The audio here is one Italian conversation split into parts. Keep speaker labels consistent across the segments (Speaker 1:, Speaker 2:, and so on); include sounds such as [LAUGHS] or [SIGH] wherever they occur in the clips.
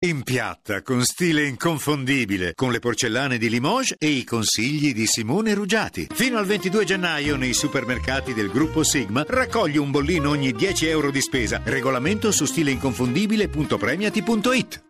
Speaker 1: In piatta, con stile inconfondibile, con le porcellane di Limoges e i consigli di Simone Ruggiati. Fino al 22 gennaio nei supermercati del gruppo Sigma raccogli un bollino ogni 10 euro di spesa. Regolamento su stileinconfondibile.premiati.it.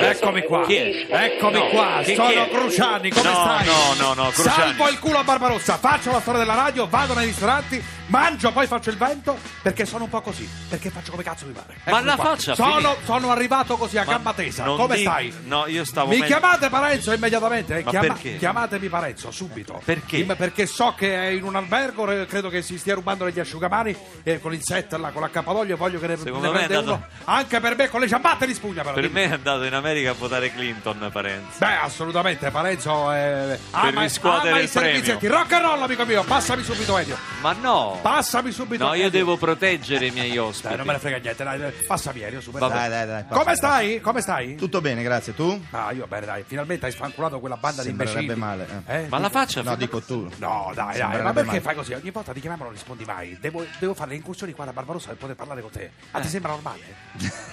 Speaker 2: Eccomi qua,
Speaker 3: Chi è?
Speaker 2: eccomi
Speaker 3: No,
Speaker 2: qua,
Speaker 3: chi-
Speaker 2: sono
Speaker 3: chi è?
Speaker 2: Cruciani, come
Speaker 3: No,
Speaker 2: stai?
Speaker 3: no, no, no, Cruciani.
Speaker 2: Salvo il culo a Barbarossa, faccio la storia della radio, vado nei ristoranti, mangio, poi faccio il vento, perché sono un po' così, perché faccio come cazzo mi pare. Eccomi
Speaker 3: la
Speaker 2: qua.
Speaker 3: faccia,
Speaker 2: Sono,
Speaker 3: finì.
Speaker 2: sono arrivato così a
Speaker 3: Ma
Speaker 2: gamba tesa,
Speaker 3: non
Speaker 2: come
Speaker 3: di-
Speaker 2: stai?
Speaker 3: No, io stavo
Speaker 2: Mi
Speaker 3: meglio.
Speaker 2: chiamate Parenzo immediatamente, eh,
Speaker 3: Ma
Speaker 2: chiama-
Speaker 3: perché?
Speaker 2: chiamatemi Parenzo subito.
Speaker 3: Perché?
Speaker 2: Im- perché so che è in un albergo, re- credo che si stia rubando gli asciugamani eh, con il set là, con l'accappatoio, voglio che ne, ne
Speaker 3: Secondo me
Speaker 2: prende
Speaker 3: è andato-
Speaker 2: uno anche per me con le ciabatte di spugna però.
Speaker 3: Per
Speaker 2: dimmi.
Speaker 3: me è andato in America a votare Clinton, Parenzo.
Speaker 2: Beh, assolutamente, Parenzo eh, ama,
Speaker 3: riscuotere
Speaker 2: ama
Speaker 3: il
Speaker 2: i servizi.
Speaker 3: premio.
Speaker 2: Rock and roll, amico mio, passami subito Edio.
Speaker 3: Ma no!
Speaker 2: Passami subito.
Speaker 3: No, io
Speaker 2: Edio.
Speaker 3: devo proteggere i miei
Speaker 2: Dai,
Speaker 3: ospiti.
Speaker 2: Cioè, non me ne frega niente, dai, dai, passami Edio, super.
Speaker 3: Vabbè.
Speaker 2: Dai.
Speaker 4: Dai, dai, dai. passa,
Speaker 2: Come
Speaker 4: passa.
Speaker 2: stai? Come stai?
Speaker 4: Tutto bene, grazie. Tu?
Speaker 2: Ah, io bene, dai, finalmente hai sfanculato quella banda di
Speaker 4: Sembrerebbe
Speaker 2: imbecilli.
Speaker 4: male,
Speaker 2: Eh?
Speaker 3: Ma la faccia
Speaker 4: No, dico tu.
Speaker 2: No, dai, dai, ma
Speaker 4: Sembrerebbe
Speaker 2: perché
Speaker 4: male.
Speaker 2: fai così? Ogni volta ti chiamiamo non rispondi mai. Devo, devo fare le incursioni qua da Barbarossa per poter parlare con te. Ma ti
Speaker 3: Eh.
Speaker 2: sembra
Speaker 3: [LAUGHS]
Speaker 2: normale?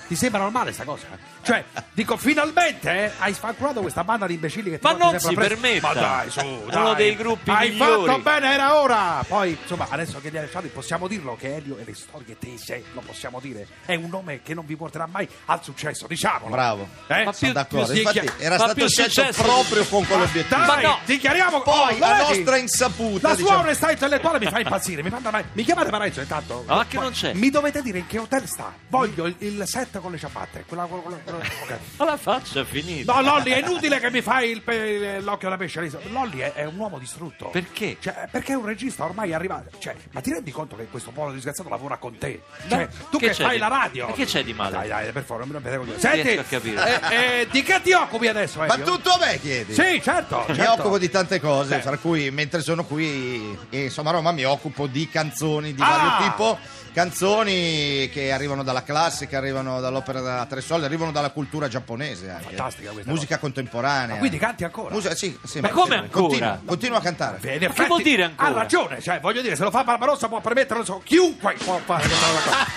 Speaker 2: ti sembra normale sta cosa? Cioè, dico, finalmente eh, hai sfanculato questa banda di imbecilli che ti
Speaker 3: Ma
Speaker 2: porti
Speaker 3: non
Speaker 2: sempre
Speaker 3: si
Speaker 2: a fres-
Speaker 3: permetta.
Speaker 2: Ma dai, su, dai.
Speaker 3: Uno dei gruppi
Speaker 2: Hai
Speaker 3: migliori.
Speaker 2: fatto bene, era ora! Poi, insomma, adesso che li hai lasciati possiamo dirlo che Elio e le storie tese, lo possiamo dire, è un nome che non vi porterà mai al successo, diciamolo.
Speaker 4: Bravo.
Speaker 2: Eh?
Speaker 3: Ma
Speaker 4: Sono
Speaker 3: più-
Speaker 4: d'accordo.
Speaker 3: più-
Speaker 4: Infatti,
Speaker 3: più-
Speaker 4: era
Speaker 3: ma
Speaker 4: stato
Speaker 3: più
Speaker 4: scelto
Speaker 3: successo-
Speaker 4: proprio con
Speaker 2: Dai,
Speaker 4: quell'obiettivo.
Speaker 3: Ma no.
Speaker 2: dichiariamo
Speaker 4: Poi,
Speaker 2: oh,
Speaker 4: a
Speaker 2: vedi?
Speaker 4: nostra insaputa,
Speaker 2: La
Speaker 4: diciamo.
Speaker 2: sua onestà intellettuale mi fa impazzire, mi manda mai. Mi chiamate Parenzo intanto.
Speaker 3: Ma che
Speaker 2: Poi,
Speaker 3: non c'è?
Speaker 2: Mi dovete dire in che hotel sta. Voglio il, il set con le ciabatte. Quella, quella- quella- quella-
Speaker 3: [LAUGHS]
Speaker 2: ok.
Speaker 3: Ma la faccia è finita.
Speaker 2: No, Lolli, è inutile che mi fai il pe- l'occhio alla pesce. Lisa. Lolli è, è un uomo distrutto.
Speaker 3: Perché?
Speaker 2: Cioè, perché è un regista ormai è arrivato. Cioè, ma ti rendi conto che questo povero disgraziato lavora con te? Cioè, tu
Speaker 3: che
Speaker 2: che,
Speaker 3: c'è
Speaker 2: fai
Speaker 3: di-
Speaker 2: la radio.
Speaker 3: ma che c'è di male?
Speaker 2: Dai, dai, per favore, non mi rompete con
Speaker 3: riesco
Speaker 2: Senti,
Speaker 3: a capire.
Speaker 2: eh, eh, di che ti occupi adesso,
Speaker 4: Ma
Speaker 2: Elio?
Speaker 4: tutto a me chiedi?
Speaker 2: Sì, certo.
Speaker 4: Mi
Speaker 2: certo.
Speaker 4: occupo di tante cose,
Speaker 2: Beh.
Speaker 4: fra cui mentre sono qui, eh, insomma, a Roma mi occupo di canzoni di
Speaker 2: Ah!
Speaker 4: vario tipo. Canzoni che arrivano dalla classica, arrivano dall'opera da tre soldi, arrivano dalla cultura giapponese. Anche.
Speaker 2: Fantastica questa
Speaker 4: Musica contemporanea.
Speaker 2: Ma quindi canti ancora?
Speaker 4: Musica- sì, sì,
Speaker 3: Ma come
Speaker 4: sempre. Continua-
Speaker 3: ancora?
Speaker 4: Continua a cantare.
Speaker 2: Beh, in
Speaker 3: Ma che vuol dire ancora?
Speaker 2: Ha ragione, cioè, voglio dire, se lo fa Barbarossa può permetterlo, so, chiunque può fare questa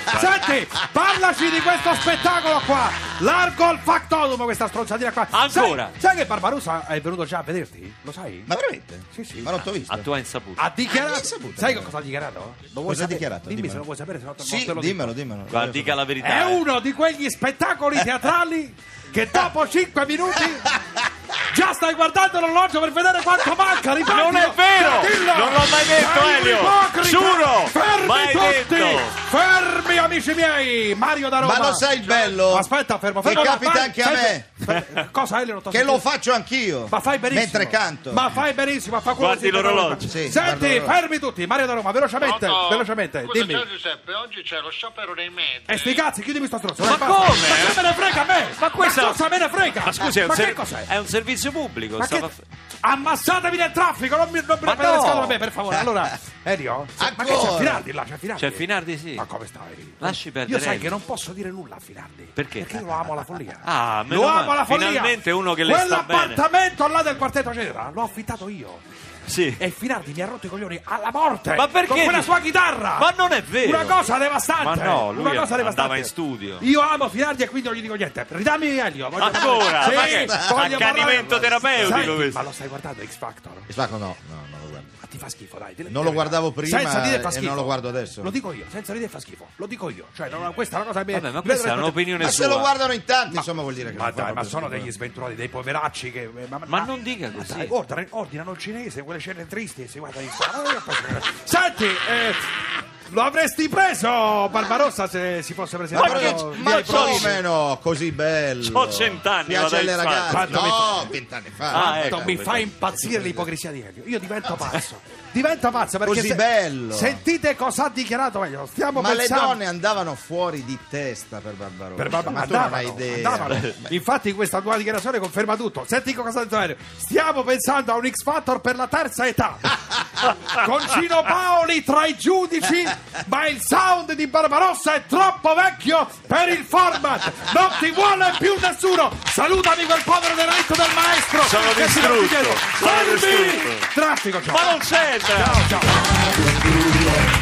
Speaker 2: cosa.
Speaker 3: [LAUGHS]
Speaker 2: Senti, parlaci di questo spettacolo qua. Largo il factotum, questa stronzatina qua.
Speaker 3: Ancora?
Speaker 2: Sai, sai che Barbarossa è venuto già a vederti? Lo sai?
Speaker 4: Ma veramente?
Speaker 2: Sì, sì.
Speaker 4: Ma non t'ho visto.
Speaker 3: A tua insaputa.
Speaker 2: Ha dichiarato.
Speaker 4: Ah, l'hai saputo,
Speaker 2: sai che
Speaker 4: allora.
Speaker 2: cosa ha dichiarato? Lo vuoi
Speaker 4: Cosa ha
Speaker 2: sapere?
Speaker 4: dichiarato?
Speaker 2: Dimmi
Speaker 4: Dimmelo.
Speaker 2: se lo vuoi sapere, se no te-
Speaker 4: Sì,
Speaker 2: te lo dico.
Speaker 4: dimmelo, dimmelo.
Speaker 3: Guarda, dica la verità.
Speaker 2: È
Speaker 3: eh.
Speaker 2: uno di quegli spettacoli teatrali che dopo 5 minuti già stai guardando l'orologio per vedere quanto manca. Ripetilo,
Speaker 3: Non è vero!
Speaker 2: Dillo!
Speaker 3: Non l'ho mai detto,
Speaker 2: Sei un
Speaker 3: Elio!
Speaker 2: ipocrita!
Speaker 3: Giuro!
Speaker 2: Fermi
Speaker 3: Mai
Speaker 2: tutti!
Speaker 3: detto!
Speaker 2: Fermi, amici miei! Mario da Roma!
Speaker 4: Ma lo sai il bello?
Speaker 2: Cioè, Aspetta, fermo,
Speaker 4: Che
Speaker 2: fermo.
Speaker 4: capita
Speaker 2: fai-
Speaker 4: anche a
Speaker 2: fai- fai- Cosa, Elio? non t'ho
Speaker 4: Che
Speaker 2: sentito.
Speaker 4: lo faccio anch'io.
Speaker 2: Ma fai benissimo.
Speaker 4: Mentre canto.
Speaker 2: Ma fai benissimo. Fa quello
Speaker 3: Guardi
Speaker 2: che si-
Speaker 3: l'orologio.
Speaker 4: Sì, guardo
Speaker 2: Senti,
Speaker 4: l'orologio.
Speaker 2: fermi tutti. Mario da Roma, velocemente.
Speaker 5: Pronto?
Speaker 2: Velocemente,
Speaker 5: Scusa,
Speaker 2: dimmi.
Speaker 5: ciao Giuseppe, oggi c'è lo sciopero dei mezzi.
Speaker 2: E Eh, sti cazzi, chiudimi sto stronzo.
Speaker 3: Ma
Speaker 2: dai, basta.
Speaker 3: come?
Speaker 2: Ma che me ne frega a me?
Speaker 3: Ma questa-
Speaker 2: cosa me ne frega?
Speaker 3: Ma scusi, è un,
Speaker 2: ma che
Speaker 3: ser-
Speaker 2: cos'è?
Speaker 3: è un servizio pubblico.
Speaker 2: Ma
Speaker 3: stava-
Speaker 2: che... Ammassatevi nel traffico, non mi non mi
Speaker 3: Ma
Speaker 2: rompete le
Speaker 3: no! Eh.
Speaker 2: scatole a me, per favore. Allora, Elio, se- ma che c'è
Speaker 4: Ancora?
Speaker 2: Finardi là, c'è Finardi.
Speaker 3: C'è Finardi, sì.
Speaker 2: Ma come stai?
Speaker 3: Lasci perdere
Speaker 2: Io sai
Speaker 3: Elio.
Speaker 2: che non posso dire nulla a Finardi.
Speaker 3: Perché?
Speaker 2: Perché io lo amo alla follia.
Speaker 3: Ah, meno
Speaker 2: lo
Speaker 3: male.
Speaker 2: amo alla follia.
Speaker 3: Finalmente uno che le sta bene.
Speaker 2: Quell'appartamento là del quartetto c'era, l'ho affittato io.
Speaker 3: Sì.
Speaker 2: E Finardi mi ha rotto i coglioni alla morte.
Speaker 3: Ma perché
Speaker 2: Con quella
Speaker 3: ti-
Speaker 2: sua chitarra.
Speaker 3: Ma non è vero.
Speaker 2: Una cosa devastante.
Speaker 3: Ma no, lui
Speaker 2: una cosa
Speaker 3: andava
Speaker 2: devastante.
Speaker 3: in studio.
Speaker 2: Io amo Finardi e quindi non gli dico niente. Ridammi Elio. voglio-
Speaker 3: Ancora?
Speaker 2: Sì,
Speaker 3: Ma che-
Speaker 2: voglio
Speaker 3: accanimento
Speaker 2: parlare-
Speaker 3: terapeutico
Speaker 2: Senti,
Speaker 3: questo.
Speaker 2: Ma lo stai guardando X Factor?
Speaker 4: E Spacco no, no, non lo guardo.
Speaker 2: Ma ti fa schifo, dai. dille-
Speaker 4: Non lo guardavo prima
Speaker 2: senza ridere fa
Speaker 4: e
Speaker 2: schifo.
Speaker 4: non lo guardo adesso.
Speaker 2: Lo dico io, senza ridere fa schifo. Lo dico io. Cioè, non- questa è una cosa che mi
Speaker 3: Vabbè, ma
Speaker 2: mi
Speaker 3: questa è
Speaker 2: rende-
Speaker 3: un'opinione
Speaker 4: Ma
Speaker 3: sua.
Speaker 4: se lo guardano in tanti, insomma, vuol dire che
Speaker 2: Ma
Speaker 4: lo fa
Speaker 2: dai, ma
Speaker 4: proprio
Speaker 2: sono
Speaker 4: schifo.
Speaker 2: degli sventurati, dei poveracci che. Ma,
Speaker 3: Ma non dica
Speaker 2: ma
Speaker 3: così.
Speaker 2: dai, ordinano, ordinano il cinese, quelle scene tristi e si guarda in
Speaker 4: [LAUGHS]
Speaker 2: sala. Senti, eh, lo avresti preso Barbarossa se si fosse
Speaker 4: Ma,
Speaker 2: presentato.
Speaker 4: perché-
Speaker 2: Io-
Speaker 4: ma
Speaker 2: io-
Speaker 3: c'ho-
Speaker 4: come no? Così bello.
Speaker 3: C'ho cent'anni,
Speaker 4: Piace
Speaker 3: vado
Speaker 4: alle
Speaker 3: in
Speaker 4: ragazze.
Speaker 2: Spagna.
Speaker 4: No, vent'anni fa.
Speaker 3: Ah, ecco.
Speaker 2: mi fa impazzire l'ipocrisia di Elio. Io divento pazzo. Divento pazzo perché.
Speaker 4: Così bello.
Speaker 2: Sentite cosa ha dichiarato Elio. Stiamo
Speaker 4: Ma le
Speaker 2: pensando.
Speaker 4: donne andavano fuori di testa per Barbarossa.
Speaker 2: Per Barba-
Speaker 4: ma tu non
Speaker 2: andavano,
Speaker 4: hai idea.
Speaker 2: andavano. Infatti questa tua dichiarazione conferma tutto. Senti cosa ha detto Elio. Stiamo pensando a un X Factor per la terza
Speaker 3: [LAUGHS]
Speaker 2: età. Con Cino Paoli tra i giudici, ma il sound di Barbarossa è troppo vecchio per il format. Non ti vuole più nessuno. Salutami quel povero deretto del maestro.
Speaker 3: Sono
Speaker 2: che si
Speaker 3: distrutto,
Speaker 2: metti dietro.
Speaker 3: sono
Speaker 2: Fermi!
Speaker 3: distrutto.
Speaker 2: Traffico, ciao.
Speaker 3: Ma non c'entra!
Speaker 2: Ciao, ciao.